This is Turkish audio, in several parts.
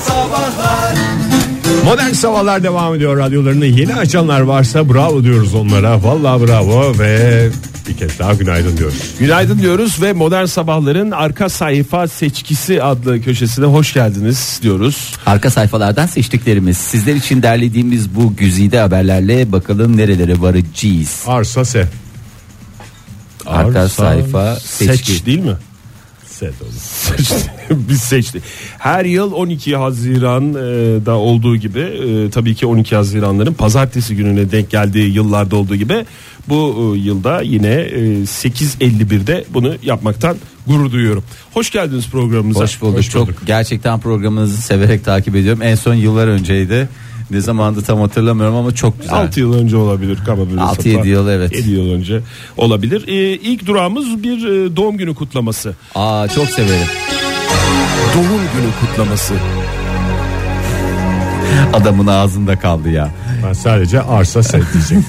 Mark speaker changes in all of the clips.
Speaker 1: Sabahlar
Speaker 2: Modern Sabahlar devam ediyor radyolarını yeni açanlar varsa bravo diyoruz onlara Vallahi bravo ve bir kez daha günaydın diyoruz
Speaker 3: Günaydın diyoruz ve Modern Sabahların Arka Sayfa Seçkisi adlı köşesine hoş geldiniz diyoruz.
Speaker 4: Arka sayfalardan seçtiklerimiz sizler için derlediğimiz bu güzide haberlerle bakalım nerelere varacağız.
Speaker 2: Arsa se
Speaker 4: Arka sayfa
Speaker 3: seç
Speaker 4: seçki.
Speaker 3: değil mi?
Speaker 2: Se de olur.
Speaker 3: Seç- Biz seçtik. Her yıl 12 Haziran'da e, olduğu gibi e, tabii ki 12 Haziranların pazartesi gününe denk geldiği yıllarda olduğu gibi bu e, yılda yine e, 8.51'de bunu yapmaktan gurur duyuyorum. Hoş geldiniz programımıza.
Speaker 4: Hoş bulduk. Çok gerçekten programınızı severek takip ediyorum. En son yıllar önceydi. Ne zamandı tam hatırlamıyorum ama çok güzel.
Speaker 3: 6 yıl önce olabilir kaba böyle
Speaker 4: Altı,
Speaker 3: sapan.
Speaker 4: yedi yıl, evet.
Speaker 3: Yedi yıl önce olabilir. Ee, ilk durağımız bir e, doğum günü kutlaması.
Speaker 4: Aa çok severim.
Speaker 3: Doğum günü kutlaması.
Speaker 4: Adamın ağzında kaldı ya.
Speaker 2: Ben sadece arsa se diyecektim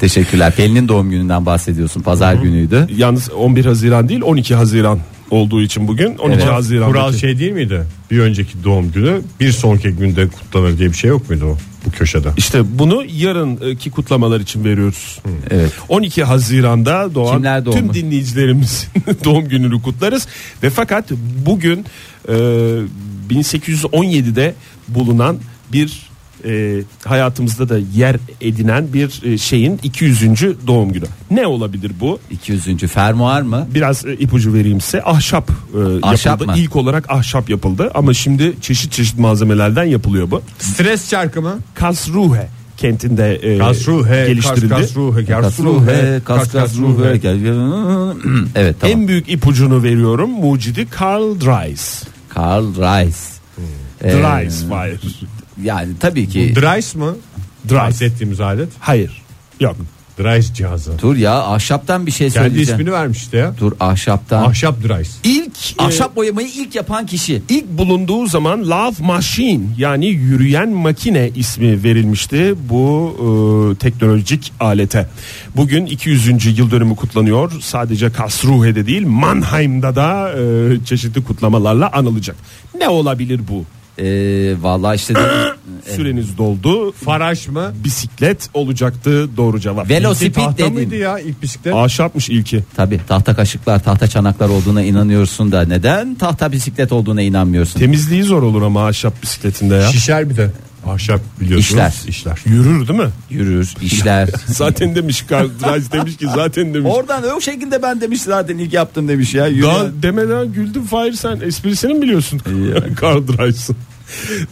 Speaker 4: Teşekkürler. Pelin'in doğum gününden bahsediyorsun. Pazar günüydü.
Speaker 3: Yalnız 11 Haziran değil 12 Haziran olduğu için bugün 12
Speaker 4: Evet.
Speaker 3: Haziran.
Speaker 2: Kural şey değil miydi bir önceki doğum günü bir sonraki günde kutlanır diye bir şey yok muydu o bu köşede
Speaker 3: İşte bunu yarınki kutlamalar için veriyoruz.
Speaker 4: Evet.
Speaker 3: 12 Haziran'da doğan
Speaker 4: Kimler doğmuş?
Speaker 3: tüm dinleyicilerimizin doğum gününü kutlarız. Ve fakat bugün e, 1817'de bulunan bir e, hayatımızda da yer edinen bir e, şeyin 200. doğum günü. Ne olabilir bu?
Speaker 4: 200. fermuar mı?
Speaker 3: Biraz e, ipucu vereyim size. Ahşap, e,
Speaker 4: Ahşap
Speaker 3: yapıldı.
Speaker 4: mı?
Speaker 3: İlk olarak ahşap yapıldı ama şimdi çeşit çeşit malzemelerden yapılıyor bu.
Speaker 2: Stres çarkı mı?
Speaker 3: Kasruhe kentinde e,
Speaker 2: Kasruhe
Speaker 3: geliştirildi.
Speaker 2: Kasruhe
Speaker 4: Kasruhe, kas kas ruhe. Evet tamam.
Speaker 3: En büyük ipucunu veriyorum. Mucidi Karl Dreis.
Speaker 4: Karl Reis. Ee,
Speaker 3: Dreis hayır.
Speaker 4: Yani tabii ki.
Speaker 2: Dreis mı? Dreis ettiğimiz alet
Speaker 3: Hayır. Yok.
Speaker 2: Dreis cihazı
Speaker 4: Dur ya ahşaptan bir şey
Speaker 2: Kendi
Speaker 4: söyleyeceğim.
Speaker 2: ismini vermiş işte ya
Speaker 4: Dur ahşaptan.
Speaker 2: Ahşap Dreis
Speaker 3: İlk e,
Speaker 4: Ahşap boyamayı ilk yapan kişi.
Speaker 3: ilk bulunduğu zaman Love Machine yani yürüyen makine ismi verilmişti bu e, teknolojik alete. Bugün 200. yıl dönümü kutlanıyor. Sadece Kasruhe'de değil Mannheim'da da e, çeşitli kutlamalarla anılacak. Ne olabilir bu?
Speaker 4: Ee, vallahi işte e, de-
Speaker 3: Süreniz doldu.
Speaker 2: Faraş mı?
Speaker 3: bisiklet olacaktı doğru cevap.
Speaker 2: İlki
Speaker 4: Velosiped
Speaker 2: tahta mıydı
Speaker 4: dedin.
Speaker 2: ya ilk bisiklet?
Speaker 3: Ahşapmış ilki.
Speaker 4: Tabi tahta kaşıklar tahta çanaklar olduğuna inanıyorsun da neden tahta bisiklet olduğuna inanmıyorsun?
Speaker 3: Temizliği zor olur ama ahşap bisikletinde ya.
Speaker 2: Şişer bir de. Ahşap biliyorsunuz.
Speaker 4: İşler.
Speaker 2: İşler.
Speaker 3: Yürür değil mi?
Speaker 4: Yürür işler.
Speaker 3: Zaten demiş Kardraj demiş ki zaten demiş.
Speaker 4: Oradan o şekilde ben demiş zaten ilk yaptım demiş ya. Yürü.
Speaker 3: Daha demeden güldüm Fahir sen esprisini mi biliyorsun? Kardraj'sın.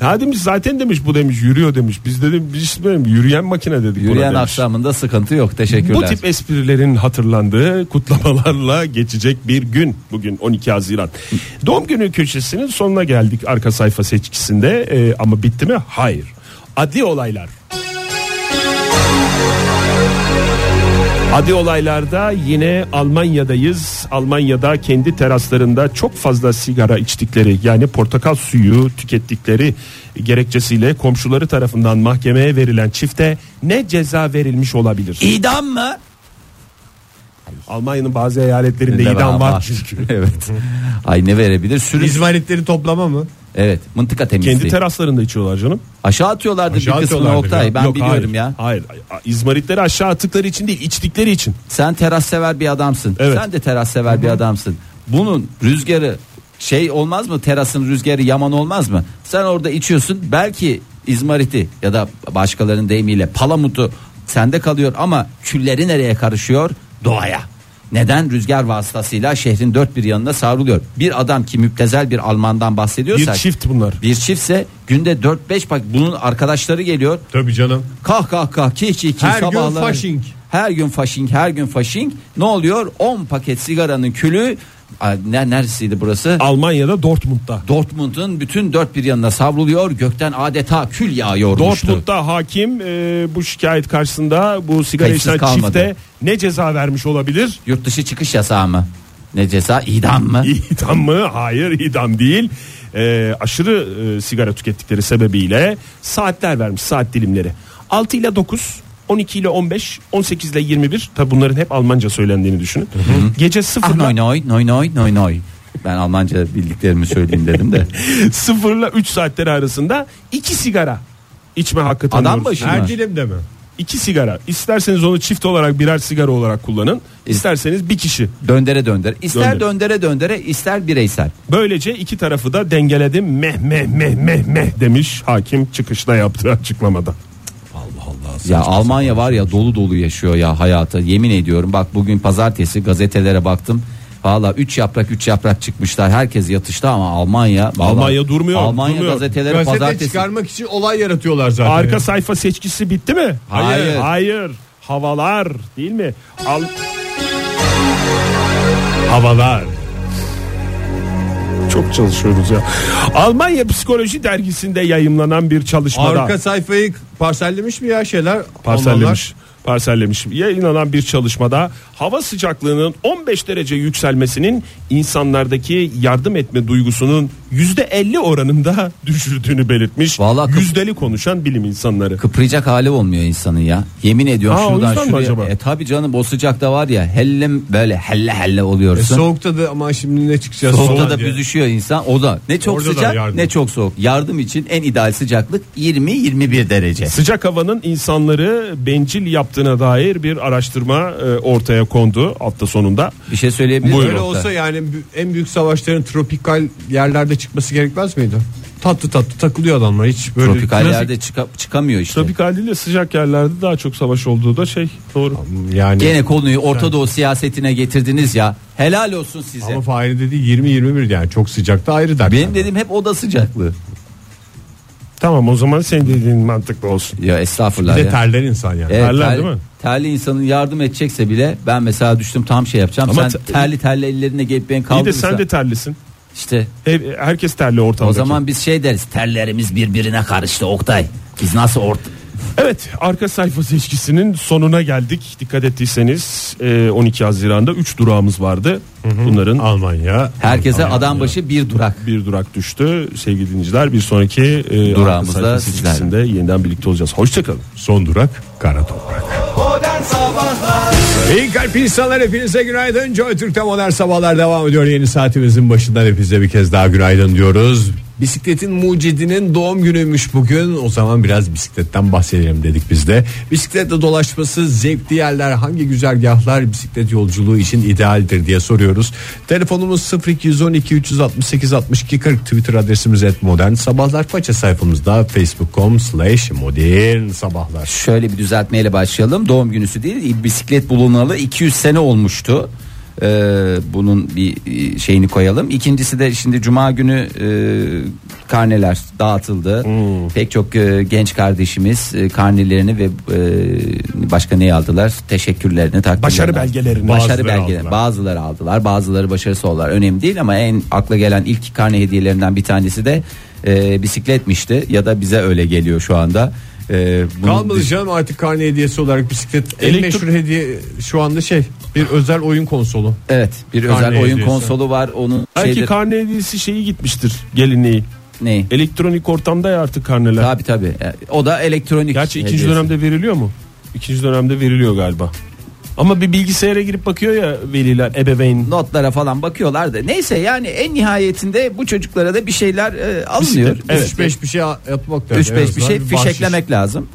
Speaker 3: Ha demiş zaten demiş bu demiş yürüyor demiş. Biz dedim biz dedim, yürüyen makine dedik buna
Speaker 4: Yürüyen
Speaker 3: demiş.
Speaker 4: akşamında sıkıntı yok teşekkürler.
Speaker 3: Bu tip esprilerin hatırlandığı kutlamalarla geçecek bir gün. Bugün 12 Haziran. Doğum günü köşesinin sonuna geldik arka sayfa seçkisinde. Ee, ama bitti mi? Hayır. Adli olaylar. Adi olaylarda yine Almanya'dayız. Almanya'da kendi teraslarında çok fazla sigara içtikleri yani portakal suyu tükettikleri gerekçesiyle komşuları tarafından mahkemeye verilen çifte ne ceza verilmiş olabilir?
Speaker 4: İdam mı?
Speaker 3: Almanya'nın bazı eyaletlerinde
Speaker 4: Devam Ah,
Speaker 3: idam var çünkü.
Speaker 4: evet. Ay ne verebilir? Sürü.
Speaker 2: İzmaritleri toplama mı?
Speaker 4: Evet. Mıntıka temizliği.
Speaker 3: Kendi teraslarında içiyorlar canım.
Speaker 4: Aşağı atıyorlardı
Speaker 2: Aşağı
Speaker 4: bir kısmını
Speaker 2: atıyorlardı
Speaker 4: Oktay.
Speaker 2: ya.
Speaker 4: Ben
Speaker 3: Yok,
Speaker 4: biliyorum
Speaker 3: hayır.
Speaker 4: ya.
Speaker 3: Hayır. İzmaritleri aşağı attıkları için değil, içtikleri için.
Speaker 4: Sen teras sever bir adamsın.
Speaker 3: Evet.
Speaker 4: Sen de teras sever bir adamsın. Bunun rüzgarı şey olmaz mı? Terasın rüzgarı yaman olmaz mı? Sen orada içiyorsun. Belki izmariti ya da başkalarının deyimiyle palamutu sende kalıyor ama külleri nereye karışıyor? Doğaya. Neden rüzgar vasıtasıyla şehrin dört bir yanına savruluyor? Bir adam ki müptezel bir Alman'dan bahsediyorsak.
Speaker 3: Bir çift bunlar.
Speaker 4: Bir çiftse günde 4-5 bak bunun arkadaşları geliyor.
Speaker 2: Tabii canım.
Speaker 4: Kah kah kah kih kih kih
Speaker 2: Her gün
Speaker 4: sabahları-
Speaker 2: faşing.
Speaker 4: Her gün faşing her gün faşing. Ne oluyor? 10 paket sigaranın külü Aa, ne, neresiydi burası?
Speaker 3: Almanya'da Dortmund'da.
Speaker 4: Dortmund'un bütün dört bir yanına savruluyor. Gökten adeta kül yağıyormuştu.
Speaker 3: Dortmund'da hakim e, bu şikayet karşısında bu sigara
Speaker 4: Kayıtsız
Speaker 3: içen
Speaker 4: kalmadı.
Speaker 3: çifte ne ceza vermiş olabilir?
Speaker 4: Yurt dışı çıkış yasağı mı? Ne ceza? İdam mı?
Speaker 3: İdam mı? Hayır idam değil. E, aşırı e, sigara tükettikleri sebebiyle saatler vermiş saat dilimleri. 6 ile 9 12 ile 15, 18 ile 21 tabi bunların hep Almanca söylendiğini düşünün. Gece 0
Speaker 4: Ah
Speaker 3: ile
Speaker 4: noy noy noy noy noy noy. Ben Almanca bildiklerimi söyleyeyim dedim de.
Speaker 3: Sıfırla 3 saatleri arasında 2 sigara içme hakkı
Speaker 4: Adam
Speaker 3: tanıyoruz.
Speaker 4: başı.
Speaker 2: Her
Speaker 4: Bunlar.
Speaker 2: dilimde mi?
Speaker 3: İki sigara. İsterseniz onu çift olarak birer sigara olarak kullanın. İsterseniz bir kişi.
Speaker 4: Döndere döndere. İster
Speaker 3: Döndere.
Speaker 4: döndere döndere ister bireysel.
Speaker 3: Böylece iki tarafı da dengeledim. Meh meh meh meh meh demiş hakim çıkışta yaptığı açıklamada.
Speaker 4: Ya Almanya var ya dolu dolu yaşıyor ya hayata. Yemin ediyorum bak bugün pazartesi gazetelere baktım. Valla 3 yaprak 3 yaprak çıkmışlar. Herkes yatışta ama Almanya vallahi-
Speaker 3: Almanya durmuyor,
Speaker 4: Almanya
Speaker 3: durmuyor.
Speaker 4: gazeteleri
Speaker 2: Gazete
Speaker 4: pazartesi
Speaker 2: çıkarmak için olay yaratıyorlar zaten.
Speaker 3: Arka sayfa seçkisi bitti mi?
Speaker 4: Hayır.
Speaker 3: Hayır. hayır. Havalar değil mi? Al
Speaker 2: havalar.
Speaker 3: çok çalışıyoruz ya. Almanya Psikoloji dergisinde yayımlanan bir çalışmada
Speaker 2: Arka sayfayı parsellemiş mi ya şeyler?
Speaker 3: parsellemiş. Parsellemiş. Yayınlanan bir çalışmada hava sıcaklığının 15 derece yükselmesinin insanlardaki yardım etme duygusunun %50 oranında düşürdüğünü belirtmiş.
Speaker 4: Vallahi kız-
Speaker 3: Yüzdeli konuşan bilim insanları.
Speaker 4: kıpıracak hali olmuyor insanın ya. Yemin ediyorum
Speaker 3: Ha, o
Speaker 4: şuradan
Speaker 3: yüzden mi
Speaker 4: şuraya.
Speaker 3: acaba?
Speaker 4: E tabi canım o sıcakta var ya hellem böyle helle helle
Speaker 2: Onlar-
Speaker 4: oluyorsun.
Speaker 2: E, soğukta da ama şimdi ne çıkacağız?
Speaker 4: Soğukta
Speaker 2: falan
Speaker 4: da
Speaker 2: diye.
Speaker 4: büzüşüyor insan. O da ne çok
Speaker 2: Orada da
Speaker 4: sıcak
Speaker 2: yardım.
Speaker 4: ne çok soğuk. Yardım için en ideal sıcaklık 20-21 derece.
Speaker 3: Sıcak havanın insanları bencil yaptığına dair bir araştırma e, ortaya kondu hafta sonunda.
Speaker 4: Bir şey söyleyebilir miyim?
Speaker 3: Buyurun.
Speaker 2: Öyle olsa yani bü- en büyük savaşların tropikal yerlerde çıkması gerekmez miydi? Tatlı tatlı takılıyor adamlar hiç böyle
Speaker 4: Tropikal
Speaker 2: Nasıl-
Speaker 4: yerde çıka- çıkamıyor işte.
Speaker 3: Tropikal değil de sıcak yerlerde daha çok savaş olduğu da şey doğru.
Speaker 2: yani
Speaker 4: Gene konuyu Orta Doğu siyasetine getirdiniz ya. Helal olsun size.
Speaker 2: ama Fahri dedi 20 21 yani çok sıcakta ayrı dert.
Speaker 4: Benim dediğim hep oda sıcaklığı.
Speaker 3: Tamam o zaman senin dediğin mantıklı olsun.
Speaker 4: Ya estağfurullah
Speaker 2: Bir de
Speaker 4: ya.
Speaker 2: terler insan yani.
Speaker 4: Evet,
Speaker 3: terler
Speaker 4: terli-
Speaker 3: değil mi?
Speaker 4: Terli insanın yardım edecekse bile ben mesela düştüm tam şey yapacağım.
Speaker 3: Ama
Speaker 4: sen
Speaker 3: te-
Speaker 4: terli terli ellerine gelip beni
Speaker 3: İyi de
Speaker 4: kaldırırsan.
Speaker 3: sen de terlisin.
Speaker 4: İşte
Speaker 3: Her- herkes terli ortamda.
Speaker 4: o zaman biz şey deriz terlerimiz birbirine karıştı Oktay. Biz nasıl orta...
Speaker 3: Evet arka sayfa seçkisinin sonuna geldik. Dikkat ettiyseniz e, 12 Haziran'da 3 durağımız vardı. Bunların
Speaker 2: Almanya.
Speaker 4: Herkese
Speaker 2: Almanya.
Speaker 4: adam başı bir durak.
Speaker 3: bir durak düştü. Sevgili dinleyiciler bir sonraki e,
Speaker 4: Durağımızda
Speaker 3: arka sayfa
Speaker 4: sizlerle.
Speaker 3: seçkisinde yeniden birlikte olacağız. Hoşçakalın.
Speaker 2: Son durak kara toprak. İyi kalp insanlar hepinize günaydın. Joy Türk'te modern sabahlar devam ediyor. Yeni saatimizin başından hepinize bir kez daha günaydın diyoruz. Bisikletin mucidinin doğum günüymüş bugün. O zaman biraz bisikletten bahsedelim dedik biz de. Bisikletle dolaşması zevkli yerler hangi güzergahlar bisiklet yolculuğu için idealdir diye soruyoruz. Telefonumuz 0212 368 62 40 Twitter adresimiz et modern sabahlar. Faça sayfamızda facebook.com slash modern sabahlar.
Speaker 4: Şöyle bir düzeltmeyle başlayalım. Doğum günüsü değil, bisiklet bulunalı 200 sene olmuştu. Ee, bunun bir e, şeyini koyalım. İkincisi de şimdi Cuma günü e, karneler dağıtıldı.
Speaker 3: Hmm.
Speaker 4: Pek çok e, genç kardeşimiz e, karnelerini ve e, başka neyi aldılar? Teşekkürlerini, takdirlerini.
Speaker 3: Başarı
Speaker 4: aldı.
Speaker 3: belgelerini
Speaker 4: Başarı
Speaker 2: bazıları
Speaker 4: belgelerini.
Speaker 2: aldılar.
Speaker 4: Bazıları aldılar, bazıları başarısı oldular. Önemli değil ama en akla gelen ilk karne hediyelerinden bir tanesi de e, bisikletmişti ya da bize öyle geliyor şu anda. E, bunu
Speaker 2: Kalmadı canım artık karne hediyesi olarak bisiklet. En
Speaker 3: Elektrik-
Speaker 2: meşhur hediye şu anda şey bir özel oyun konsolu.
Speaker 4: Evet bir
Speaker 2: Karne
Speaker 4: özel oyun
Speaker 2: hediyesi.
Speaker 4: konsolu var onun
Speaker 3: Belki
Speaker 4: şeyde
Speaker 3: karne hediyesi şeyi gitmiştir gelinliği.
Speaker 4: ne?
Speaker 3: Elektronik ortamda ya artık karneler.
Speaker 4: Tabi tabi o da elektronik.
Speaker 3: Gerçi ikinci
Speaker 4: hediyesi.
Speaker 3: dönemde veriliyor mu? İkinci dönemde veriliyor galiba. Ama bir bilgisayara girip bakıyor ya veliler ebeveyn.
Speaker 4: notlara falan bakıyorlar da neyse yani en nihayetinde bu çocuklara da bir şeyler e, alınıyor.
Speaker 3: Bisiklet, evet.
Speaker 2: 3-5 bir şey yapmak lazım.
Speaker 4: 3 5
Speaker 2: En
Speaker 4: bir
Speaker 2: azından
Speaker 4: şey
Speaker 2: bahşiş.
Speaker 4: fişeklemek lazım.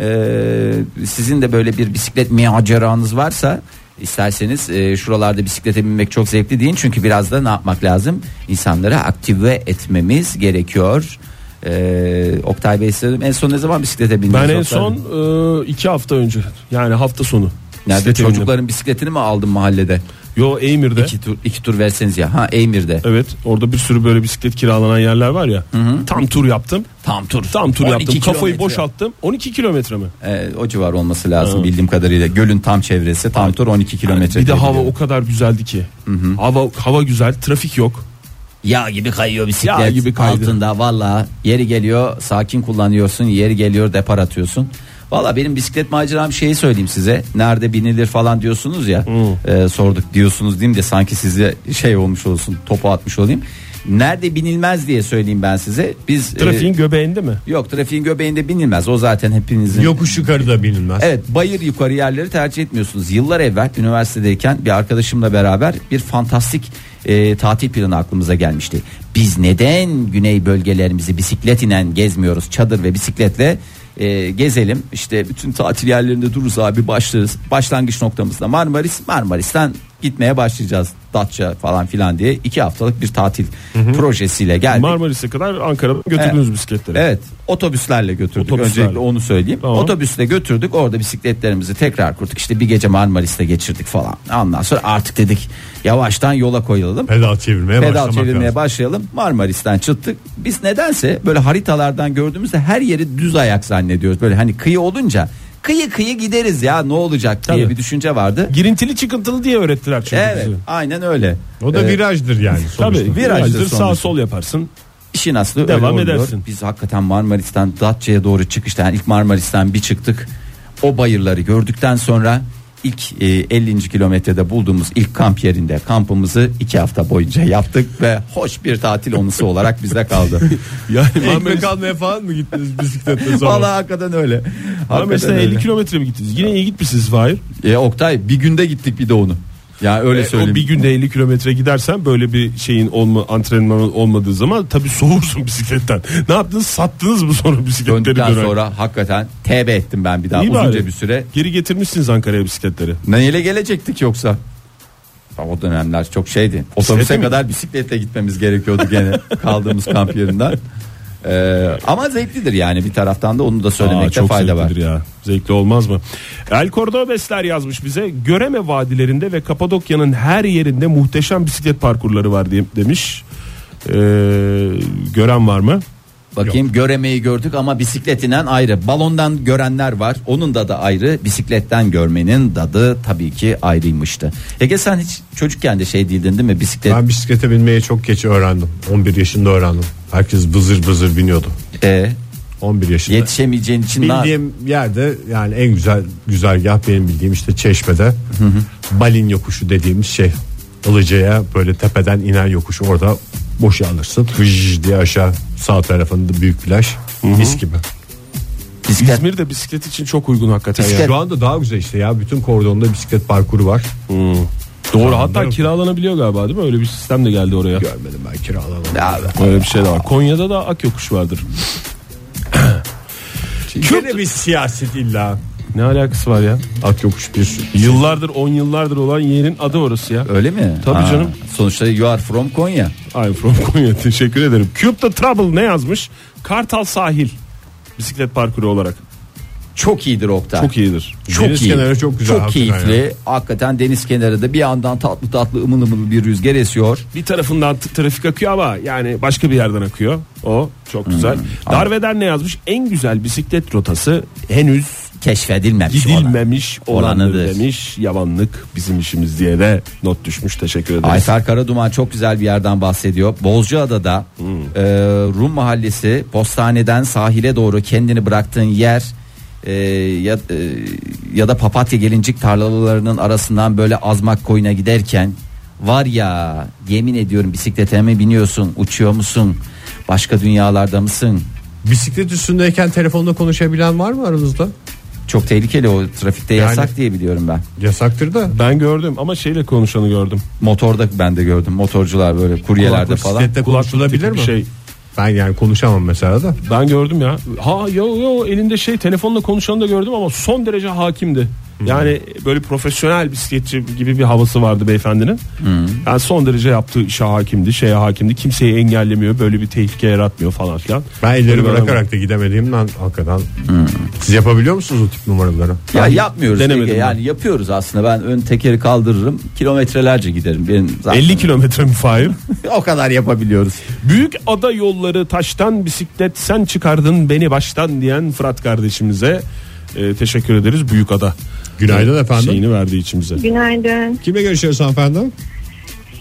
Speaker 4: Ee, sizin de böyle bir bisiklet maceranız varsa isterseniz e, şuralarda bisiklete binmek çok zevkli değil çünkü biraz da ne yapmak lazım? İnsanları aktive etmemiz gerekiyor. Ee, Oktay Bey istedim. En son ne zaman bisiklete bindiniz?
Speaker 3: Ben en
Speaker 4: Oktay Bey?
Speaker 3: son e, iki hafta önce yani hafta sonu.
Speaker 4: Nerede
Speaker 3: Bisiklete
Speaker 4: çocukların
Speaker 3: bindim.
Speaker 4: bisikletini mi aldın mahallede?
Speaker 3: Yo Eymir'de.
Speaker 4: İki tur, iki tur verseniz ya. Ha Eymir'de.
Speaker 3: Evet orada bir sürü böyle bisiklet kiralanan yerler var ya. Tam tur yaptım.
Speaker 4: Tam tur.
Speaker 3: Tam tur
Speaker 4: 12
Speaker 3: yaptım. Kafayı
Speaker 4: kilometre.
Speaker 3: boşalttım. 12 kilometre mi?
Speaker 4: Ee, o civar olması lazım bildiğim kadarıyla. Gölün tam çevresi tam tur 12 kilometre.
Speaker 3: bir de
Speaker 4: diye
Speaker 3: hava
Speaker 4: biliyorum.
Speaker 3: o kadar güzeldi ki. Hava hava güzel, trafik yok.
Speaker 4: Yağ gibi kayıyor bisiklet.
Speaker 3: Yağ gibi kaydı.
Speaker 4: Altında valla yeri geliyor sakin kullanıyorsun yeri geliyor depar atıyorsun. Valla benim bisiklet maceram şeyi söyleyeyim size. Nerede binilir falan diyorsunuz ya.
Speaker 3: Hmm.
Speaker 4: e, sorduk diyorsunuz diyeyim de sanki size şey olmuş olsun topu atmış olayım. Nerede binilmez diye söyleyeyim ben size. Biz e,
Speaker 3: Trafiğin göbeğinde mi?
Speaker 4: yok trafiğin göbeğinde binilmez. O zaten hepinizin
Speaker 2: Yokuş yukarıda bilinmez.
Speaker 4: Evet bayır yukarı yerleri tercih etmiyorsunuz. Yıllar evvel üniversitedeyken bir arkadaşımla beraber bir fantastik e, tatil planı aklımıza gelmişti. Biz neden güney bölgelerimizi bisiklet inen gezmiyoruz çadır ve bisikletle e, gezelim işte bütün tatil yerlerinde dururuz abi başlarız başlangıç noktamızda Marmaris Marmaris'ten gitmeye başlayacağız Datça falan filan diye iki haftalık bir tatil projesiyle geldik.
Speaker 3: Marmaris'e kadar Ankara'dan götürdünüz bisikletleri.
Speaker 4: Evet otobüslerle götürdük
Speaker 3: Otobüslerle.
Speaker 4: öncelikle onu söyleyeyim.
Speaker 3: Tamam.
Speaker 4: Otobüsle götürdük orada bisikletlerimizi tekrar kurduk işte bir gece Marmaris'te geçirdik falan. Ondan sonra artık dedik yavaştan yola koyulalım.
Speaker 2: Pedal çevirmeye
Speaker 4: Pedal
Speaker 2: başlamak
Speaker 4: çevirmeye
Speaker 2: lazım.
Speaker 4: başlayalım Marmaris'ten çıktık. Biz nedense böyle haritalardan gördüğümüzde her yeri düz ayak zannediyoruz. Böyle hani kıyı olunca kıyı kıyı gideriz ya ne olacak diye
Speaker 3: Tabii.
Speaker 4: bir düşünce vardı.
Speaker 3: Girintili çıkıntılı diye öğrettiler çünkü
Speaker 4: Evet
Speaker 3: bizi.
Speaker 4: aynen öyle.
Speaker 2: O da
Speaker 4: Ee,
Speaker 2: virajdır yani sonuçta.
Speaker 3: Tabii
Speaker 4: Virajdır
Speaker 3: virajdır sağ
Speaker 4: sonuçta.
Speaker 3: sol yaparsın.
Speaker 4: İşin aslı
Speaker 3: Devam
Speaker 4: öyle oluyor.
Speaker 3: edersin.
Speaker 4: Biz hakikaten Marmaris'ten Datça'ya doğru çıkışta yani ilk Marmaris'ten bir çıktık. O bayırları gördükten sonra ilk e, 50. kilometrede bulduğumuz ilk kamp yerinde kampımızı iki hafta boyunca yaptık ve hoş bir tatil onusu olarak bizde kaldı.
Speaker 3: Yani
Speaker 2: Ekmek
Speaker 3: Marmaris-
Speaker 2: almaya falan mı gittiniz bisikletle sonra?
Speaker 4: Vallahi hakikaten öyle. Hakikaten
Speaker 3: Marmaris'ten
Speaker 4: öyle.
Speaker 3: 50 kilometre mi gittiniz? Yine iyi gitmişsiniz Fahir.
Speaker 4: E, Oktay bir günde gittik bir de onu. Yani öyle
Speaker 3: E,
Speaker 4: söyleyeyim.
Speaker 3: O bir günde 50 kilometre gidersen böyle bir şeyin olma antrenmanı olmadığı zaman tabii soğursun bisikletten. Ne yaptınız? Sattınız mı sonra bisikletleri
Speaker 4: Döndükten
Speaker 3: dönerken?
Speaker 4: sonra hakikaten TB ettim ben bir daha
Speaker 3: İyi
Speaker 4: uzunca
Speaker 3: bari.
Speaker 4: bir süre.
Speaker 3: Geri getirmişsiniz Ankara'ya bisikletleri.
Speaker 4: Neyle gelecektik yoksa? Ya O dönemler çok şeydi.
Speaker 3: Bisiklete
Speaker 4: Otobüse
Speaker 3: Şey mi?
Speaker 4: kadar bisikletle gitmemiz gerekiyordu gene kaldığımız kamp yerinden. Ee, ama zevklidir yani bir taraftan da onu da
Speaker 3: Aa,
Speaker 4: söylemekte
Speaker 3: çok
Speaker 4: fayda var.
Speaker 3: zevklidir ya. Zevkli olmaz mı? El Cordobesler yazmış bize. Göreme vadilerinde ve Kapadokya'nın her yerinde muhteşem bisiklet parkurları var diye, demiş. Ee, gören var mı?
Speaker 4: Bakayım göremeyi gördük ama bisikletinden ayrı. Balondan görenler var. Onun da da ayrı. Bisikletten görmenin tadı tabii ki ayrıymıştı. Ege sen hiç çocukken de şey değildin değil mi? Bisiklet
Speaker 2: Ben bisiklete binmeyi çok geç öğrendim. 11 yaşında öğrendim. Herkes bızır bızır biniyordu.
Speaker 4: e,
Speaker 2: 11 yaşında.
Speaker 4: yetişemeyeceğin için ne-
Speaker 2: Bildiğim yerde yani en güzel güzergah benim bildiğim işte Çeşme'de. Balin yokuşu dediğimiz şey. Ilıca'ya böyle tepeden inen yokuş orada boşa alırsın. Vıj diye aşağı sağ tarafında büyük plaj. Mis gibi.
Speaker 4: bisiklet
Speaker 3: İzmir'de bisiklet için çok uygun hakikaten.
Speaker 4: Bisiklet-
Speaker 3: ya.
Speaker 2: Şu anda daha güzel işte ya. Bütün kordonda bisiklet parkuru var.
Speaker 3: Doğru hatta kiralanabiliyor galiba değil mi? Öyle bir sistem de geldi oraya.
Speaker 2: Görmedim ben kiralanan.
Speaker 4: Ya be.
Speaker 3: Öyle bir şey de var. Konya'da da ak yokuş vardır.
Speaker 2: şey. Gene bir siyaset illa.
Speaker 3: Ne alakası var ya?
Speaker 2: At yokuş bir
Speaker 3: Yıllardır 10 yıllardır olan yerin adı orası ya.
Speaker 4: Öyle mi?
Speaker 3: Tabii canım.
Speaker 4: Sonuçta you are from Konya.
Speaker 3: I'm from Konya teşekkür ederim. Cube'da Trouble ne yazmış? Kartal Sahil bisiklet parkuru olarak.
Speaker 4: Çok iyidir Oktay.
Speaker 3: Çok iyidir.
Speaker 4: Çok
Speaker 2: Deniz
Speaker 4: iyi.
Speaker 2: kenarı çok güzel
Speaker 4: Çok
Speaker 2: hakikaten
Speaker 4: keyifli. Hakikaten deniz kenarı da bir yandan tatlı tatlı ımıl ımıl bir rüzgar esiyor.
Speaker 3: Bir tarafından t- trafik akıyor ama yani başka bir yerden akıyor. O çok güzel. Darveder ne yazmış? En güzel bisiklet rotası henüz
Speaker 4: Keşfedilmemiş olan.
Speaker 3: gidilmemiş olanı
Speaker 4: olanıdır.
Speaker 3: demiş. Yavanlık bizim işimiz diye de not düşmüş. Teşekkür ederiz.
Speaker 4: Ayfer Karaduman çok güzel bir yerden bahsediyor. Bozcaada'da
Speaker 2: Hmm.
Speaker 4: e, Rum mahallesi postaneden sahile doğru kendini bıraktığın yer e, ya, e, ya da papatya gelincik tarlalarının arasından böyle azmak koyuna giderken var ya yemin ediyorum bisiklete mi biniyorsun uçuyor musun başka dünyalarda mısın
Speaker 2: Bisiklet üstündeyken telefonda konuşabilen var mı aranızda?
Speaker 4: Çok tehlikeli o trafikte
Speaker 2: Yani-
Speaker 4: yasak diye biliyorum ben.
Speaker 2: Yasaktır da.
Speaker 3: Ben gördüm ama şeyle konuşanı gördüm.
Speaker 4: Motorda ben de gördüm. Motorcular böyle kuryelerde
Speaker 2: Kulaklık
Speaker 4: falan.
Speaker 2: Bisiklette
Speaker 3: Kulaklık
Speaker 2: konuşulabilir
Speaker 3: tipi
Speaker 2: mi?
Speaker 3: bir Şey.
Speaker 2: Ben yani konuşamam mesela da.
Speaker 3: Ben gördüm ya. Ha yo yo elinde şey telefonla konuşanı da gördüm ama son derece hakimdi.
Speaker 2: Hmm.
Speaker 3: Yani böyle profesyonel bisikletçi gibi bir havası vardı beyefendinin.
Speaker 2: Hmm.
Speaker 3: Yani son derece yaptığı işe hakimdi, şeye hakimdi. Kimseyi engellemiyor, böyle bir tehlike yaratmıyor falan filan.
Speaker 2: Ben
Speaker 3: Böyle
Speaker 2: elleri
Speaker 3: bir adam-
Speaker 2: bırakarak da gidemediğimden hakikaten.
Speaker 4: Hmm.
Speaker 2: Siz yapabiliyor musunuz o tip numaraları?
Speaker 4: Ya yapmıyoruz.
Speaker 3: Denemedim
Speaker 4: Ege.
Speaker 3: ben.
Speaker 4: Yani yapıyoruz aslında. Ben ön tekeri kaldırırım. Kilometrelerce giderim. Benim zaten
Speaker 3: 50 kilometre mi Fahir?
Speaker 4: o kadar yapabiliyoruz.
Speaker 3: Büyük ada yolları taştan bisiklet sen çıkardın beni baştan diyen Fırat kardeşimize e, teşekkür ederiz Büyük Ada.
Speaker 2: Günaydın
Speaker 3: E,
Speaker 2: efendim.
Speaker 3: Şeyini verdiği içimize.
Speaker 1: Günaydın.
Speaker 2: Kime görüşüyoruz hanımefendi?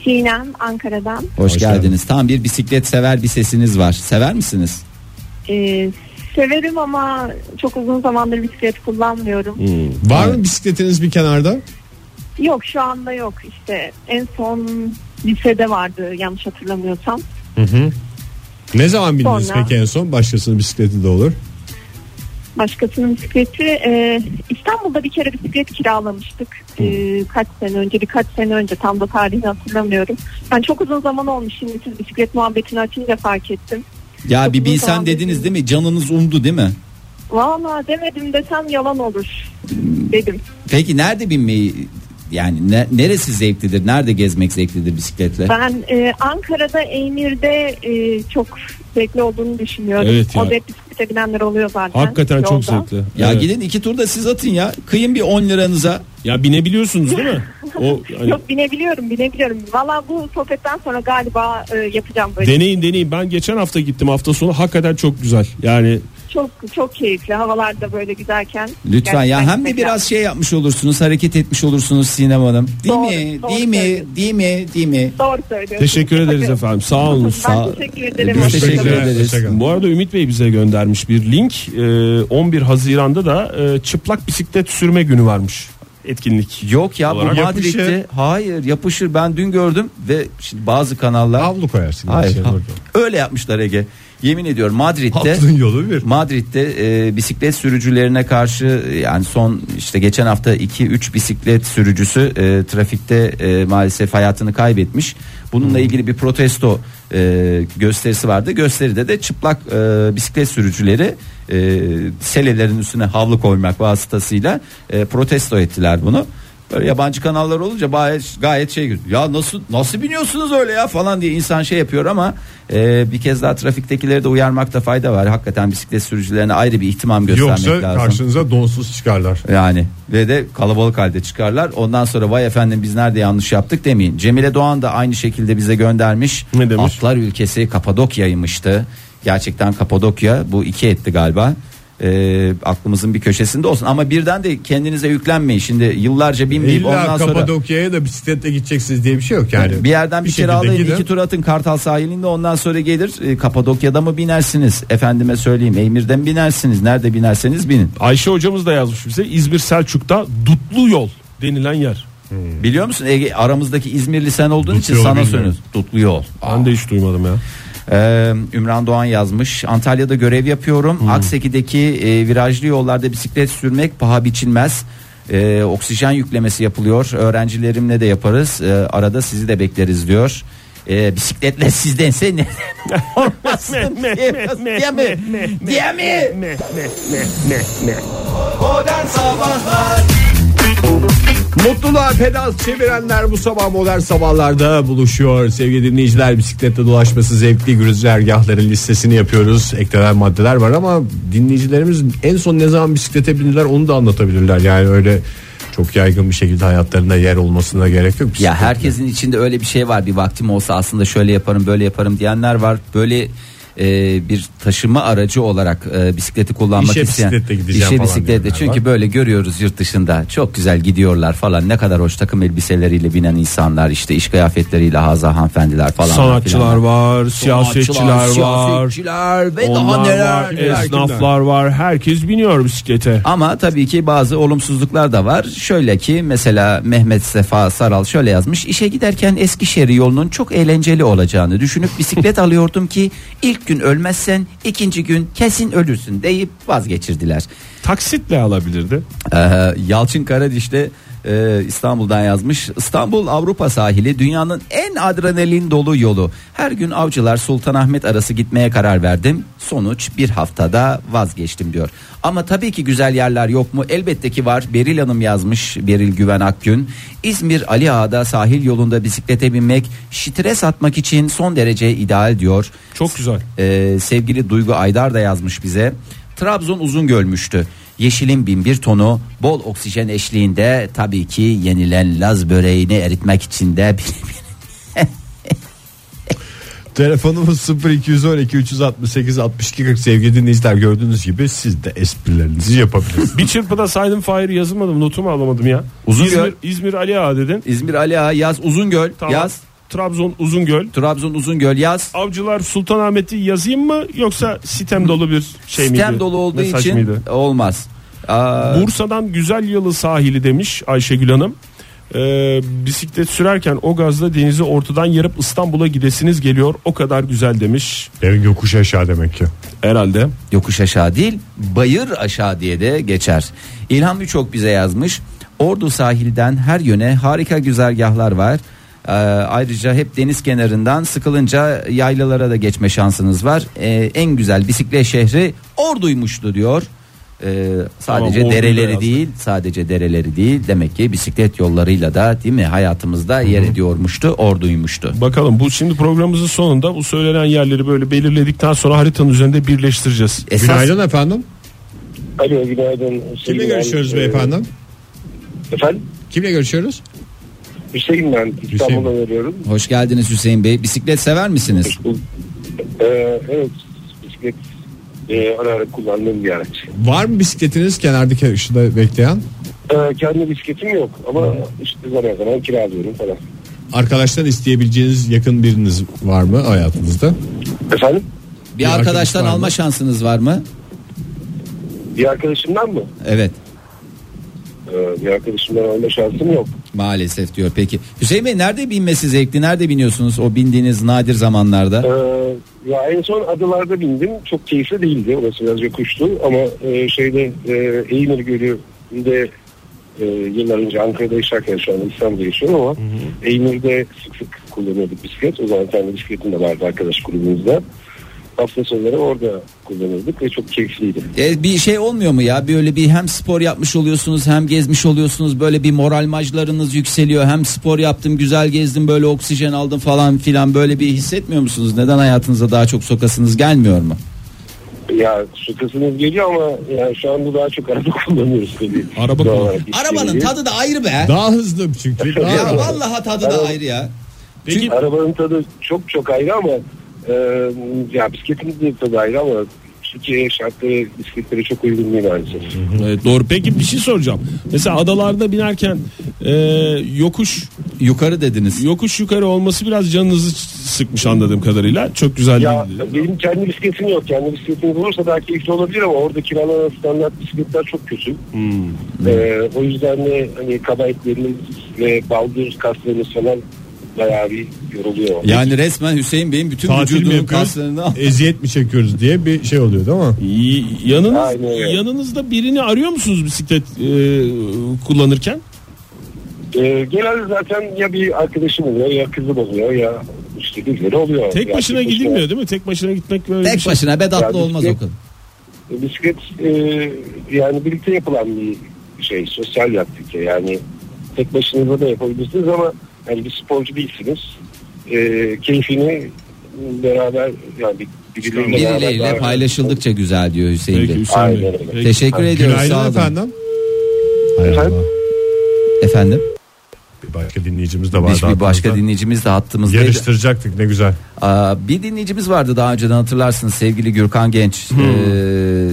Speaker 1: Sinem Ankara'dan.
Speaker 4: Hoş,
Speaker 2: Hoş
Speaker 4: geldiniz.
Speaker 2: geldiniz.
Speaker 4: Tam bir bisiklet sever bir sesiniz var. Sever misiniz?
Speaker 1: Ee, severim ama çok uzun zamandır bisiklet kullanmıyorum.
Speaker 2: Var mı bisikletiniz bir kenarda?
Speaker 1: Yok şu anda yok işte. En son lisede vardı yanlış hatırlamıyorsam.
Speaker 2: Ne zaman bindiniz
Speaker 1: Sonra.
Speaker 2: peki en son? Başkasının bisikleti de olur.
Speaker 1: Başkasının bisikleti. Ee, İstanbul'da bir kere bisiklet kiralamıştık. Ee, kaç sene önce, birkaç sene önce tam da tarihini hatırlamıyorum. Ben çok uzun zaman olmuş şimdi siz bisiklet muhabbetini açınca fark ettim.
Speaker 4: Ya
Speaker 1: Çok
Speaker 4: bir
Speaker 1: uzun
Speaker 4: bilsen
Speaker 1: zamandır
Speaker 4: dediniz değil mi? Canınız umdu değil mi?
Speaker 1: Valla demedim desem yalan olur dedim.
Speaker 4: Peki nerede binmeyi yani ne- neresi zevklidir? Nerede gezmek zevklidir bisikletle?
Speaker 1: Ben e, Ankara'da Emir'de e, çok zevkli olduğunu düşünüyorum.
Speaker 3: Evet ya.
Speaker 1: Orada hep bisiklete binenler oluyor zaten.
Speaker 3: Hakikaten
Speaker 1: yolda.
Speaker 3: çok zevkli.
Speaker 4: Ya
Speaker 3: Evet.
Speaker 4: gidin iki turda siz atın ya. Kıyın bir 10 liranıza.
Speaker 3: Ya binebiliyorsunuz değil mi? O hani
Speaker 1: Yok binebiliyorum binebiliyorum. Valla bu sohbetten sonra galiba e, yapacağım böyle.
Speaker 3: deneyin deneyin. Ben geçen hafta gittim. Hafta sonu hakikaten çok güzel. Yani
Speaker 1: çok çok keyifli havalarda böyle güzelken.
Speaker 4: Lütfen ya
Speaker 1: Gerçekten
Speaker 4: hem de
Speaker 1: gitmek
Speaker 4: biraz
Speaker 1: lazım.
Speaker 4: şey yapmış olursunuz, hareket etmiş olursunuz Sinem Hanım. Değil
Speaker 1: Doğru,
Speaker 4: mi?
Speaker 1: doğru
Speaker 4: değil mi?
Speaker 1: söylüyorsun.
Speaker 4: Değil mi? Değil mi?
Speaker 1: Doğru söylüyorsun.
Speaker 3: teşekkür ederiz
Speaker 1: Tabii.
Speaker 3: efendim. Sağ olun.
Speaker 1: Ben teşekkür ederim.
Speaker 4: Biz
Speaker 1: Hoşçakalın.
Speaker 4: teşekkür
Speaker 2: Teşekkürler,
Speaker 4: ederiz.
Speaker 2: hoşçakalın.
Speaker 3: Bu arada Ümit Bey bize göndermiş bir link. Ee, 11 Haziran'da da e, çıplak bisiklet sürme günü varmış. Etkinlik.
Speaker 4: Yok ya bu
Speaker 3: Olarak
Speaker 4: Madrid'de
Speaker 2: yapışır.
Speaker 4: hayır yapışır ben dün gördüm ve şimdi bazı kanallar
Speaker 2: Havlu koyarsın.
Speaker 4: hayır,
Speaker 2: Şey
Speaker 4: ha-
Speaker 2: olur.
Speaker 4: öyle yapmışlar Ege. Yemin ediyorum Madrid'de
Speaker 2: Aklın yolu bir.
Speaker 4: Madrid'de e, bisiklet sürücülerine karşı e, yani son işte geçen hafta 2-3 bisiklet sürücüsü e, trafikte e, maalesef hayatını kaybetmiş. Bununla
Speaker 2: Hmm.
Speaker 4: ilgili bir protesto e, gösterisi vardı. Gösteride de çıplak e, bisiklet sürücüleri e, selelerin üstüne havlu koymak vasıtasıyla e, protesto ettiler bunu. Böyle yabancı kanallar olunca gayet, gayet şey ya nasıl nasıl biniyorsunuz öyle ya falan diye insan şey yapıyor ama e, bir kez daha trafiktekileri de uyarmakta fayda var. Hakikaten bisiklet sürücülerine ayrı bir ihtimam göstermek
Speaker 2: Yoksa
Speaker 4: lazım.
Speaker 2: karşınıza donsuz çıkarlar.
Speaker 4: Yani ve de kalabalık halde çıkarlar. Ondan sonra vay efendim biz nerede yanlış yaptık demeyin. Cemile Doğan da aynı şekilde bize göndermiş.
Speaker 3: Ne demiş?
Speaker 4: Atlar ülkesi Kapadokya'ymıştı. Gerçekten Kapadokya bu iki etti galiba. Ee, aklımızın bir köşesinde olsun ama birden de kendinize yüklenmeyin. Şimdi yıllarca binmeyip
Speaker 2: İlla
Speaker 4: ondan sonra
Speaker 2: Kapadokya'ya da bisikletle gideceksiniz diye bir şey yok yani.
Speaker 4: bir yerden bir,
Speaker 2: şekilde
Speaker 4: kiralayın
Speaker 2: gidin.
Speaker 4: iki tur atın Kartal sahilinde ondan sonra gelir e, Kapadokya'da mı binersiniz efendime söyleyeyim Emir'den mi binersiniz nerede binerseniz binin
Speaker 3: Ayşe hocamız da yazmış bize İzmir Selçuk'ta Dutlu Yol denilen yer.
Speaker 4: biliyor musun Ege aramızdaki İzmirli sen olduğun için
Speaker 2: yolu
Speaker 4: sana
Speaker 2: bilmiyorum.
Speaker 4: söylüyoruz tutlu yol
Speaker 3: Ben de hiç duymadım ya.
Speaker 4: Ee, Ümran Doğan yazmış. Antalya'da görev yapıyorum. Akseki'deki e, virajlı yollarda bisiklet sürmek paha biçilmez. Ee, oksijen yüklemesi yapılıyor. Öğrencilerimle de yaparız. Ee, arada sizi de bekleriz diyor. Ee, bisikletle sizdense ne olmaz diye mi? Diye mi?
Speaker 2: Mutluluğa pedal çevirenler bu sabah modern sabahlarda buluşuyor. Sevgili dinleyiciler bisiklette dolaşması zevkli güzergahların listesini yapıyoruz. Eklenen maddeler var ama dinleyicilerimiz en son ne zaman bisiklete bindiler onu da anlatabilirler. Yani öyle çok yaygın bir şekilde hayatlarında yer olmasına gerek yok.
Speaker 4: Ya herkesin içinde öyle bir şey var. Bir vaktim olsa aslında şöyle yaparım, böyle yaparım diyenler var. Böyle e, bir taşıma aracı olarak e, bisikleti kullanmak
Speaker 2: İşe
Speaker 4: isteyen
Speaker 2: bisikletle gideceğim
Speaker 4: işe
Speaker 2: falan
Speaker 4: bisikletle
Speaker 2: diyenler
Speaker 4: çünkü
Speaker 2: var.
Speaker 4: böyle görüyoruz yurt dışında çok güzel gidiyorlar falan ne kadar hoş takım elbiseleriyle binen insanlar işte iş kıyafetleriyle haza hanımefendiler falan
Speaker 3: Sanatçılar
Speaker 4: filan.
Speaker 3: var, siyasetçiler var.
Speaker 4: siyasetçiler ve daha
Speaker 3: Onlar
Speaker 4: neler
Speaker 3: var,
Speaker 4: neler.
Speaker 3: esnaflar var. Herkes biniyor bisiklete.
Speaker 4: Ama tabii ki bazı olumsuzluklar da var. Şöyle ki mesela Mehmet Sefa Saral şöyle yazmış. İşe giderken Eskişehir yolunun çok eğlenceli olacağını düşünüp bisiklet alıyordum ki ilk gün ölmezsen ikinci gün kesin ölürsün deyip vazgeçirdiler.
Speaker 3: Taksitle alabilirdi.
Speaker 4: Ee, Yalçın Karadiş de e, İstanbul'dan yazmış. İstanbul Avrupa sahili dünyanın en adrenalin dolu yolu. Her gün avcılar Sultanahmet arası gitmeye karar verdim. Sonuç bir haftada vazgeçtim diyor. Ama tabii ki güzel yerler yok mu? Elbette ki var. Beril Hanım yazmış. Beril Güven Akgün. İzmir Ali Ağa'da sahil yolunda bisiklete binmek stres atmak için son derece ideal diyor.
Speaker 3: Çok güzel.
Speaker 4: Ee, sevgili Duygu Aydar da yazmış bize. Trabzon uzun gölmüştü. Yeşilin bin bir tonu bol oksijen eşliğinde tabii ki yenilen Laz böreğini eritmek için de
Speaker 2: Telefonumuz 0212 368 62 40 sevgili dinleyiciler gördüğünüz gibi siz de esprilerinizi yapabilirsiniz.
Speaker 3: Bir çırpıda saydım Fahir yazılmadım notumu alamadım ya.
Speaker 4: Uzun
Speaker 3: İzmir,
Speaker 4: göl.
Speaker 3: İzmir Ali Ağa dedin.
Speaker 4: İzmir Ali Ağa yaz Uzungöl
Speaker 3: Tamam.
Speaker 4: yaz
Speaker 3: Trabzon Uzungöl.
Speaker 4: Trabzon Uzungöl yaz
Speaker 3: Avcılar Sultanahmet'i yazayım mı yoksa sitem dolu bir şey miydi?
Speaker 4: sistem dolu olduğu
Speaker 3: Mesaj
Speaker 4: için e,
Speaker 3: mıydı?
Speaker 4: olmaz. Aa,
Speaker 3: Bursa'dan Güzel Yalı sahili demiş Ayşegül Hanım. Ee, bisiklet sürerken o gazla denizi ortadan yarıp İstanbul'a gidesiniz geliyor. O kadar güzel demiş.
Speaker 2: Demin yokuş aşağı demek ki.
Speaker 3: Herhalde.
Speaker 4: Yokuş aşağı değil bayır aşağı diye de geçer. İlham birçok bize yazmış. Ordu sahilden her yöne harika güzergahlar var. Ee, ayrıca hep deniz kenarından sıkılınca yaylalara da geçme şansınız var. Ee, en güzel bisiklet şehri Ordu'ymuştu diyor. Ee, sadece
Speaker 3: Tamam, Ordu'yu da
Speaker 4: dereleri
Speaker 3: yazdık.
Speaker 4: değil sadece dereleri değil demek ki bisiklet yollarıyla da değil mi hayatımızda yer ediyormuştu orduymuştu.
Speaker 3: Bakalım bu şimdi programımızın sonunda bu söylenen yerleri böyle belirledikten sonra haritanın üzerinde birleştireceğiz.
Speaker 4: Esas
Speaker 2: Günaydın efendim.
Speaker 5: Alo günaydın.
Speaker 2: Kimle
Speaker 5: Hüseyin
Speaker 2: görüşüyoruz
Speaker 5: ben.
Speaker 2: beyefendi?
Speaker 5: Ee, Efendim?
Speaker 2: Kimle görüşüyoruz?
Speaker 5: Hüseyin ben. İstanbul'dan arıyorum.
Speaker 4: hoş geldiniz Hüseyin Bey bisiklet sever misiniz?
Speaker 5: Ee, evet bisiklet e, ara ara kullandığım bir araç.
Speaker 2: Var mı bisikletiniz kenardaki ışıda bekleyen?
Speaker 5: Ee, kendi bisikletim yok ama işte zaman zaman kiralıyorum falan.
Speaker 2: Arkadaştan isteyebileceğiniz yakın biriniz var mı hayatınızda?
Speaker 5: Efendim?
Speaker 4: Bir,
Speaker 2: Bir arkadaş
Speaker 4: arkadaştan
Speaker 2: var mı?
Speaker 4: alma şansınız var mı?
Speaker 5: Bir arkadaşımdan mı?
Speaker 4: Evet
Speaker 5: Ee, bir arkadaşımdan alma şansım yok.
Speaker 4: maalesef diyor peki. Hüseyin Bey nerede binmesi zevkli nerede biniyorsunuz o bindiğiniz nadir
Speaker 5: Ee,
Speaker 4: zamanlarda?
Speaker 5: ya en son adalarda bindim. Çok keyifli değildi. Orası biraz yokuştu ama e, şeyde e, Eymir Gölü'nde e, yıllar önce Ankara'da yaşarken şu anda İstanbul'da yaşıyorum ama Eymir'de sık sık kullanıyorduk bisiklet. O zaman kendi bisikletim de vardı arkadaş grubumuzda. Hafta sonları orada kullanırdık ve çok keyifliydi.
Speaker 4: E, bir şey olmuyor mu ya böyle bir hem spor yapmış oluyorsunuz hem gezmiş oluyorsunuz böyle bir moral majlarınız yükseliyor hem spor yaptım güzel gezdim böyle oksijen aldım falan filan böyle bir hissetmiyor musunuz? Neden hayatınıza daha çok sokasınız gelmiyor mu?
Speaker 5: Ya su kısmınız geliyor ama yani şu anda daha çok araba kullanıyoruz tabii.
Speaker 2: Araba
Speaker 5: Doğal
Speaker 2: kullan-
Speaker 5: olarak iş
Speaker 4: Arabanın
Speaker 5: gereği.
Speaker 4: tadı da ayrı be.
Speaker 2: Daha hızlı çünkü. Daha
Speaker 4: Ya
Speaker 2: hızlı.
Speaker 4: vallahi tadı da ayrı ya.
Speaker 3: Peki
Speaker 5: Arabanın tadı çok çok ayrı ama e, ya bisikletin de tadı ayrı ama Türkiye şartları bisikletlere çok uygun değil maalesef.
Speaker 3: Evet, doğru. Peki bir şey soracağım. Mesela adalarda binerken e, yokuş
Speaker 4: Yukarı dediniz.
Speaker 3: yokuş yukarı olması biraz canınızı sıkmış anladığım kadarıyla. Çok güzel
Speaker 5: Ya
Speaker 3: değil.
Speaker 5: benim kendi bisikletim yok. Kendi bisikletim olursa daha keyifli olabilir ama orada kiralanan standart bisikletler çok kötü. E, o yüzden de hani kaba etlerimiz ve baldır kaslarımız falan bayağı bir yoruluyor.
Speaker 4: Yani resmen Hüseyin Bey'in bütün
Speaker 2: Tatil mi
Speaker 4: vücudunun
Speaker 2: yapıyoruz?
Speaker 4: kaslarını al-
Speaker 2: Eziyet mi çekiyoruz diye bir şey oluyor değil mi?
Speaker 3: Y- Yanınız,
Speaker 5: Aynen öyle.
Speaker 3: yanınızda birini arıyor musunuz bisiklet e, kullanırken?
Speaker 5: E, genelde zaten ya bir arkadaşım oluyor ya kızım oluyor ya işte birileri oluyor.
Speaker 3: Tek
Speaker 5: Ya
Speaker 3: başına gidilmiyor değil mi? Tek başına gitmek böyle bir
Speaker 4: Tek
Speaker 3: şey.
Speaker 4: başına bedatlı
Speaker 5: Yani
Speaker 4: olmaz
Speaker 5: bisiklet-
Speaker 4: okul.
Speaker 5: E, Bisiklet e, yani birlikte yapılan bir şey sosyal yaptık ya yani tek başınıza da yapabilirsiniz ama yani bir sporcu değilsiniz E, keyfini beraber yani bir, birbirleriyle beraber
Speaker 4: Birileriyle
Speaker 5: daha-
Speaker 4: paylaşıldıkça güzel diyor Hüseyin
Speaker 3: Peki,
Speaker 4: Bey.
Speaker 3: Hüseyin Bey.
Speaker 5: Aynen öyle.
Speaker 3: Peki.
Speaker 4: Teşekkür ediyoruz sağ
Speaker 2: Günaydın
Speaker 4: olun.
Speaker 2: efendim. Hay
Speaker 5: Efendim?
Speaker 2: Allah.
Speaker 4: Efendim?
Speaker 2: Bir başka dinleyicimiz de vardı.
Speaker 4: Biz bir başka
Speaker 2: aklımızda.
Speaker 4: dinleyicimiz de hattımızdaydı.
Speaker 2: Yarıştıracaktık ne güzel.
Speaker 4: Aa, bir dinleyicimiz vardı daha önceden hatırlarsınız sevgili Gürkan Genç.
Speaker 3: Hmm.
Speaker 4: Ee,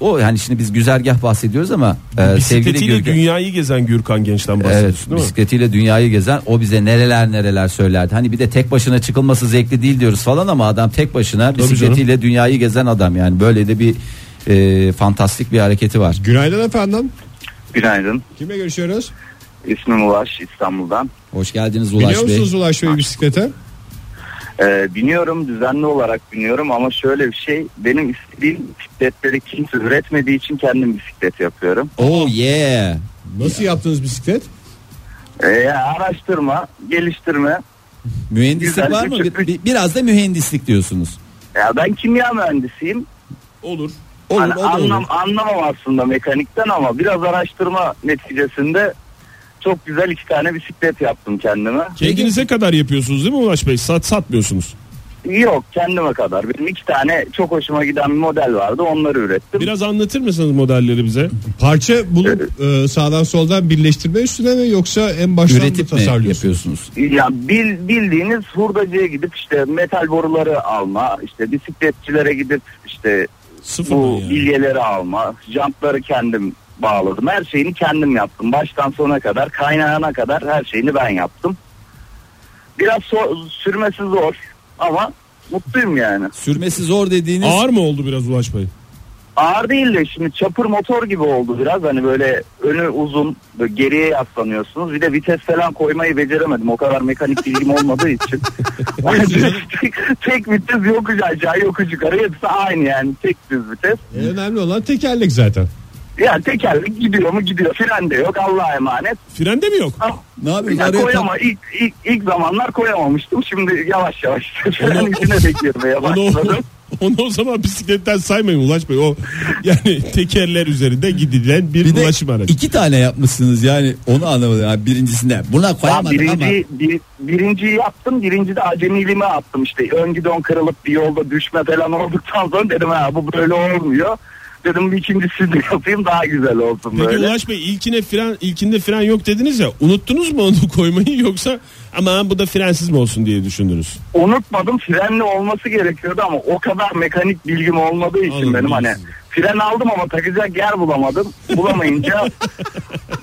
Speaker 4: o yani şimdi biz güzergah bahsediyoruz ama e, sevgili
Speaker 3: Bisikletiyle
Speaker 4: Gürkan.
Speaker 3: dünyayı gezen Gürkan Genç'ten
Speaker 4: Evet,
Speaker 3: bahsediyorsun değil mi?
Speaker 4: bisikletiyle dünyayı gezen o bize nereler nereler söylerdi. Hani bir de tek başına çıkılması zevkli değil diyoruz falan ama adam tek başına bisikletiyle dünyayı gezen adam yani böyle de bir e, fantastik bir hareketi var.
Speaker 2: Günaydın efendim.
Speaker 6: Günaydın.
Speaker 2: Kimle görüşüyoruz?
Speaker 6: İsmim Ulaş İstanbul'dan.
Speaker 4: Hoş geldiniz Ulaş
Speaker 2: Biliyor
Speaker 4: Bey.
Speaker 2: musunuz Ulaş Bey bisiklete?
Speaker 6: Ee, biniyorum düzenli olarak biniyorum ama şöyle bir şey benim istediğim bisikletleri kimse üretmediği için kendim bisiklet yapıyorum.
Speaker 4: Oh yeah.
Speaker 2: Nasıl yaptınız bisiklet?
Speaker 6: Ee, yani araştırma, geliştirme.
Speaker 4: Mühendislik
Speaker 6: Güzel,
Speaker 4: var mı?
Speaker 6: küçük
Speaker 4: Bir- bir- Biraz da mühendislik diyorsunuz.
Speaker 6: Ya ben kimya mühendisiyim.
Speaker 3: Olur.
Speaker 4: Olur,
Speaker 6: Hani
Speaker 4: o da olur.
Speaker 6: anlam anlamam aslında mekanikten ama biraz araştırma neticesinde çok güzel iki tane bisiklet yaptım kendime.
Speaker 3: Kendinize kadar yapıyorsunuz değil mi Ulaş Bey? Sat satmıyorsunuz.
Speaker 6: Yok kendime kadar. Benim iki tane çok hoşuma giden bir model vardı. Onları ürettim.
Speaker 3: Biraz anlatır mısınız modelleri bize?
Speaker 2: Parça bulup e, sağdan soldan birleştirme üstüne mi yoksa en baştan mı
Speaker 4: Üretip mi
Speaker 2: tasarlıyorsunuz?
Speaker 4: yapıyorsunuz?
Speaker 6: Ya bil- bildiğiniz hurdacıya gidip işte metal boruları alma, işte bisikletçilere gidip işte
Speaker 3: Sıfır
Speaker 6: bu
Speaker 3: yani.
Speaker 6: bilyeleri alma, jantları kendim bağladım. Her şeyini kendim yaptım. Baştan sona kadar, kaynağına kadar her şeyini ben yaptım. Biraz so- sürmesi zor ama mutluyum yani.
Speaker 4: Sürmesi zor dediğiniz
Speaker 3: Ağır mı oldu biraz Ulaş Bey?
Speaker 6: Ağır değil de şimdi çapır motor gibi oldu biraz. Hani böyle önü uzun böyle geriye yaslanıyorsunuz. Bir de vites falan koymayı beceremedim. O kadar mekanik bilgim olmadığı için. tek, tek vites yokuş aşağı yokuş yukarı hepsi aynı yani. Tek düz vites.
Speaker 2: Önemli olan tekerlek zaten.
Speaker 6: Yani tekerlek gidiyor mu gidiyor. Fren de yok Allah'a emanet.
Speaker 3: Fren de mi yok?
Speaker 6: Ama-
Speaker 4: Ne yapıyoruz?
Speaker 6: Ya
Speaker 4: Araya
Speaker 6: koyama, ilk, ilk, ilk zamanlar koyamamıştım. Şimdi yavaş yavaş frenin içine de girmeye
Speaker 3: Onu,
Speaker 6: başladım.
Speaker 3: onu o zaman bisikletten saymayın Ulaş Bey. O yani tekerler üzerinde gidilen bir,
Speaker 4: Bir de
Speaker 3: ulaşım aracı.
Speaker 4: iki tane yapmışsınız yani onu anlamadım. Ha, birincisinde buna
Speaker 6: Ya
Speaker 4: koyamadım ama.
Speaker 6: birinci, bir, birinciyi yaptım. Birinci de acemiliğime attım işte. Ön gidon kırılıp bir yolda düşme falan olduktan sonra dedim ha bu böyle olmuyor. Dedim bir ikincisini de yapayım daha güzel olsun
Speaker 3: Peki
Speaker 6: böyle.
Speaker 3: Ulaş Bey ilkine fren ilkinde fren yok dediniz ya unuttunuz mu onu koymayı yoksa ama bu da frensiz mi olsun diye düşündünüz?
Speaker 6: Unutmadım frenli olması gerekiyordu ama o kadar mekanik bilgim olmadığı için
Speaker 3: Anladım,
Speaker 6: benim hani
Speaker 3: biliyorsunuz.
Speaker 6: fren aldım ama takacak yer bulamadım. Bulamayınca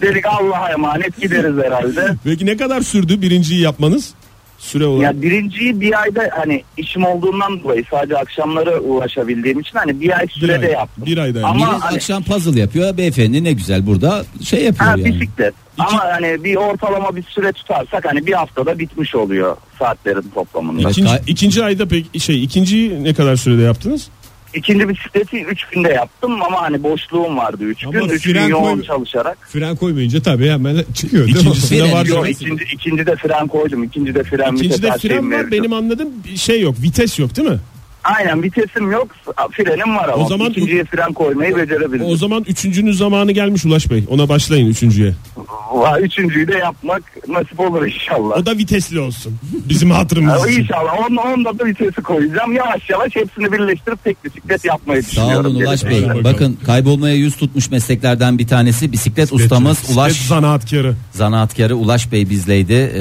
Speaker 6: dedik Allah'a emanet gideriz herhalde.
Speaker 3: Peki ne kadar sürdü birinciyi yapmanız? Süre olarak.
Speaker 6: Ya birinciyi bir ayda hani işim olduğundan dolayı sadece akşamları uğraşabildiğim için hani bir ay sürede
Speaker 3: ay-
Speaker 6: yaptım.
Speaker 3: bir ayda yani.
Speaker 6: Ama
Speaker 4: Biri
Speaker 6: hani,
Speaker 4: akşam puzzle yapıyor beyefendi ne güzel burada şey yapıyor
Speaker 6: ha,
Speaker 4: yani.
Speaker 6: bisiklet. Ama hani bir ortalama bir süre tutarsak hani bir haftada bitmiş oluyor saatlerin toplamında.
Speaker 4: Evet.
Speaker 3: İkinci,
Speaker 4: Bak-
Speaker 3: ikinci ayda pek şey ikinciyi ne kadar sürede yaptınız?
Speaker 6: İkinci bisikleti 3 günde yaptım ama hani boşluğum vardı 3
Speaker 2: Ama
Speaker 6: gün. 3
Speaker 2: fren
Speaker 6: gün yoğun
Speaker 2: koy-
Speaker 6: çalışarak.
Speaker 2: Fren koymayınca tabii hemen çıkıyor değil
Speaker 3: İkincisi
Speaker 2: mi?
Speaker 4: Fren
Speaker 3: de var.
Speaker 6: Yok
Speaker 3: zaten.
Speaker 6: ikinci, ikinci de fren koydum. İkinci de fren
Speaker 3: İkinci
Speaker 6: vites
Speaker 3: de
Speaker 6: her şeyim
Speaker 3: fren var
Speaker 6: şey mevcut.
Speaker 3: benim anladığım bir şey yok vites yok değil mi?
Speaker 6: Aynen vitesim yok frenim var ama.
Speaker 3: O zaman-
Speaker 6: İkinciye fren koymayı becerebildim.
Speaker 3: O zaman üçüncünün zamanı gelmiş Ulaş Bey ona başlayın üçüncüye.
Speaker 6: Vay, Üçüncüyü de yapmak nasip olur inşallah.
Speaker 3: O da vitesli olsun bizim hatırımız
Speaker 6: Ya
Speaker 3: için.
Speaker 6: İnşallah onda, onda da vitesi koyacağım. Yavaş yavaş hepsini birleştirip tek bisiklet yapmayı
Speaker 4: Sağ
Speaker 6: düşünüyorum.
Speaker 4: olun Ulaş Bey.
Speaker 3: Bakalım.
Speaker 4: Bakın kaybolmaya yüz tutmuş mesleklerden bir tanesi bisiklet ustamız Ulaş
Speaker 3: Bisiklet zanaatkarı.
Speaker 4: zanaatkarı Ulaş Bey bizleydi. Ee,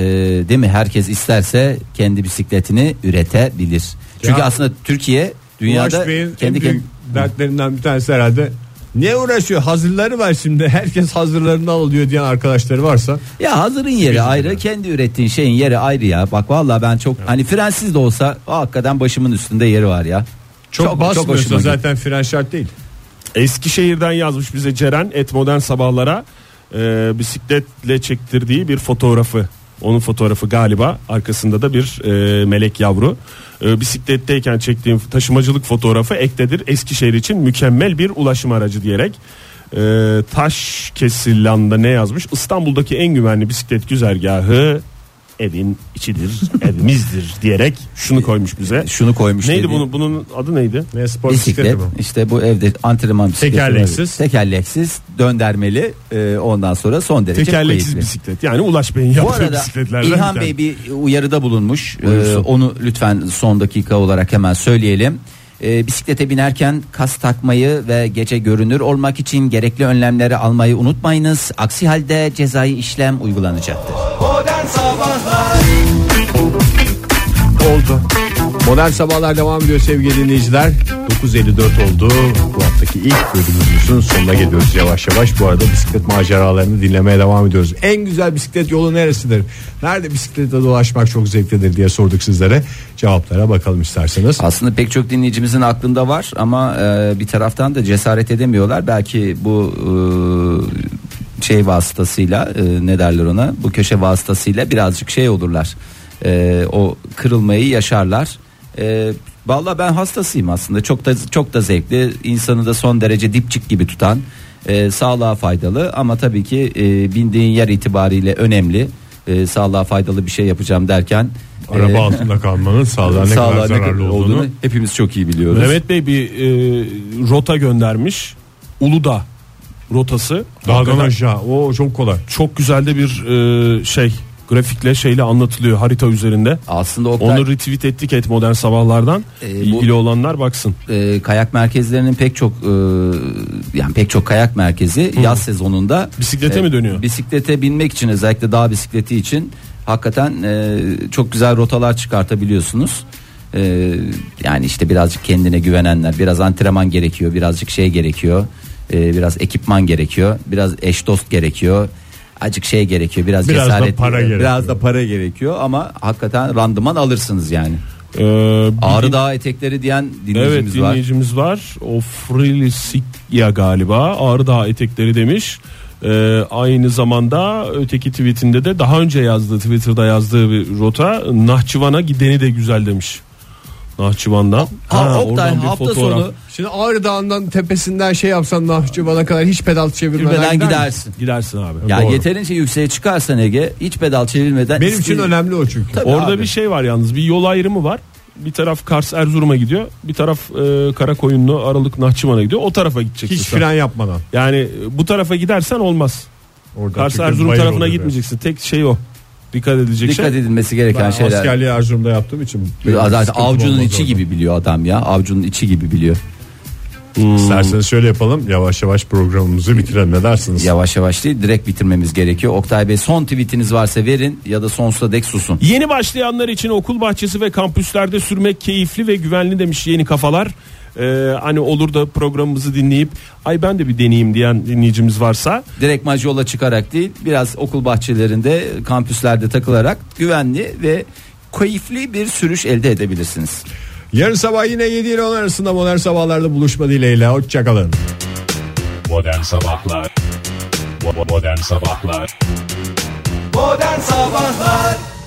Speaker 4: değil mi? Herkes isterse kendi bisikletini üretebilir. Çünkü
Speaker 2: Ya-
Speaker 4: aslında Türkiye dünyada
Speaker 2: Ulaş Bey'in
Speaker 4: kendi
Speaker 2: en büyük
Speaker 4: kendi
Speaker 2: dertlerinden bir tanesi herhalde. Ne uğraşıyor? Hazırları var şimdi. Herkes hazırlarını alıyor diyen arkadaşları varsa.
Speaker 4: Ya hazırın yeri ayrı, kendi ürettiğin şeyin yeri ayrı ya. Bak vallahi ben çok hani frensiz de olsa hakikaten başımın üstünde yeri var ya.
Speaker 2: Çok, basmıyorsa
Speaker 4: hoşuma gitti.
Speaker 2: zaten fren şart değil.
Speaker 3: Eskişehir'den yazmış bize Ceren et modern sabahlara e, bisikletle çektirdiği bir fotoğrafı. Onun fotoğrafı galiba arkasında da bir e, melek yavru. E, bisikletteyken çektiğim taşımacılık fotoğrafı ektedir Eskişehir için mükemmel bir ulaşım aracı diyerek. E, taş Kesilan'da ne yazmış? İstanbul'daki en güvenli bisiklet güzergahı evin içidir, evimizdir diyerek şunu koymuş bize.
Speaker 4: Şunu koymuş
Speaker 3: Neydi
Speaker 4: dedi.
Speaker 3: bunun bunun adı neydi?
Speaker 2: Ne spor bisikleti
Speaker 4: e, Bisiklet
Speaker 2: bu.
Speaker 4: işte bu evde antrenman bisikleti.
Speaker 2: Tekerleksiz.
Speaker 4: var. Tekerleksiz döndermeli e, ondan sonra son derece
Speaker 3: Tekerleksiz
Speaker 4: keyifli.
Speaker 3: bisiklet. Yani Ulaş Bey'in
Speaker 4: Bu
Speaker 3: yaptığı
Speaker 4: arada
Speaker 3: bisikletlerden
Speaker 4: İlhan
Speaker 3: bir
Speaker 4: Bey
Speaker 3: tane.
Speaker 4: bir uyarıda bulunmuş. Ee,
Speaker 3: Buyursun.
Speaker 4: onu lütfen son dakika olarak hemen söyleyelim. Ee, bisiklete binerken kas takmayı ve gece görünür olmak için gerekli önlemleri almayı unutmayınız. Aksi halde cezai işlem uygulanacaktır.
Speaker 2: oldu. Modern Sabahlar devam ediyor sevgili dinleyiciler. 9.54 oldu. Bu haftaki ilk bölümümüzün sonuna geliyoruz yavaş yavaş. Bu arada bisiklet maceralarını dinlemeye devam ediyoruz. En güzel bisiklet yolu neresidir? Nerede bisiklete dolaşmak çok zevklidir diye sorduk sizlere. Cevaplara bakalım isterseniz.
Speaker 4: Aslında pek çok dinleyicimizin aklında var ama e, bir taraftan da cesaret edemiyorlar. Belki bu e, şey vasıtasıyla e, ne derler ona bu köşe vasıtasıyla birazcık şey olurlar. E, o kırılmayı yaşarlar. E, Valla ben hastasıyım aslında çok da çok da zevkli insanı da son derece dipçik gibi tutan e, sağlığa faydalı ama tabii ki e, bindiğin yer itibariyle önemli E, sağlığa faydalı bir şey yapacağım derken e,
Speaker 2: Araba altında kalmanın sağlığa ne kadar
Speaker 4: sağlığa ne kadar
Speaker 2: zararlı olduğunu.
Speaker 4: olduğunu hepimiz çok iyi biliyoruz.
Speaker 3: Mehmet Bey bir e, rota göndermiş. Uludağ rotası.
Speaker 2: Dağdan
Speaker 3: Hakikaten
Speaker 2: aşağı. Oo çok kolay.
Speaker 3: Çok güzel de bir e, şey grafikle şeyle anlatılıyor harita üzerinde.
Speaker 4: Aslında o
Speaker 3: Onu retweet ettik et modern sabahlardan.
Speaker 4: Ee, bu-
Speaker 3: İlgili olanlar baksın.
Speaker 4: e, kayak merkezlerinin pek çok e, yani pek çok kayak merkezi yaz sezonunda
Speaker 3: Bisiklete mi dönüyor?
Speaker 4: E, Bisiklete binmek için özellikle dağ bisikleti için hakikaten e, çok güzel rotalar çıkartabiliyorsunuz. E, yani işte birazcık kendine güvenenler, biraz antrenman gerekiyor, birazcık şey gerekiyor. e, biraz ekipman gerekiyor, biraz eş dost gerekiyor. Acık şey gerekiyor, biraz,
Speaker 2: Biraz da
Speaker 4: cesaret
Speaker 2: para
Speaker 4: biraz
Speaker 2: gerekiyor.
Speaker 4: da para gerekiyor ama hakikaten randıman alırsınız yani.
Speaker 3: Ee,
Speaker 4: Ağrı Dağı etekleri diyen
Speaker 3: Evet
Speaker 4: dinleyicimiz var.
Speaker 3: dinleyicimiz var. O Frilisya galiba Ağrı Dağı etekleri demiş. Ee, aynı zamanda öteki tweetinde de daha önce yazdığı Twitter'da yazdığı bir rota Nahçıvan'a gideni de güzel demiş. Nahçıvan'dan.
Speaker 4: Ha, Oktay hafta sonu
Speaker 2: Şimdi Ağrı Dağı'ndan tepesinden şey yapsan Nahçıvan'a kadar hiç pedal çevirmeden
Speaker 4: bilmeden
Speaker 2: gider misin?
Speaker 4: gidersin.
Speaker 3: Gidersin abi.
Speaker 4: Yani
Speaker 3: Doğru.
Speaker 4: yeterince yükseğe çıkarsan Ege hiç pedal çevirmeden
Speaker 2: Benim için
Speaker 4: isti-
Speaker 2: önemli o çünkü.
Speaker 4: Tabii
Speaker 3: Orada
Speaker 4: abi.
Speaker 3: bir şey var yalnız bir yol ayrımı var. Bir taraf Kars Erzurum'a gidiyor. Bir taraf e, Karakoyunlu Aralık Nahçıvan'a gidiyor. O tarafa gideceksin.
Speaker 2: Hiç
Speaker 3: sen.
Speaker 2: fren yapmadan.
Speaker 3: Yani e, bu tarafa gidersen olmaz.
Speaker 2: Orada
Speaker 3: Kars
Speaker 2: çünkü
Speaker 3: Erzurum
Speaker 2: bayır
Speaker 3: tarafına
Speaker 2: oluyor.
Speaker 3: gitmeyeceksin. Tek şey o. Dikkat edilecek
Speaker 4: dikkat
Speaker 3: şey.
Speaker 4: edilmesi gereken
Speaker 2: Ben
Speaker 4: şeyler.
Speaker 2: askerliği Erzurum'da yaptığım için.
Speaker 4: Zaten
Speaker 2: Sıkıntım
Speaker 4: avcunun
Speaker 2: olmaz
Speaker 4: içi
Speaker 2: orada.
Speaker 4: gibi biliyor adam ya. Avcunun içi gibi biliyor.
Speaker 2: İsterseniz şöyle yapalım. Hmm. Yavaş yavaş programımızı bitirelim. Ne dersiniz?
Speaker 4: Yavaş yavaş değil direkt bitirmemiz gerekiyor. Oktay Bey son tweetiniz varsa verin ya da sonsuza dek susun.
Speaker 3: Yeni başlayanlar için okul bahçesi ve kampüslerde sürmek keyifli ve güvenli demiş yeni kafalar. Ee, hani olur da programımızı dinleyip ay ben de bir deneyeyim diyen dinleyicimiz varsa
Speaker 4: Direkt maj yola çıkarak değil biraz okul bahçelerinde kampüslerde takılarak güvenli ve keyifli bir sürüş elde edebilirsiniz.
Speaker 2: Yarın sabah yine 7 ile 10 arasında modern sabahlarda buluşma dileğiyle. Hoşçakalın.
Speaker 7: Modern Sabahlar Bo- Modern Sabahlar
Speaker 8: Modern Sabahlar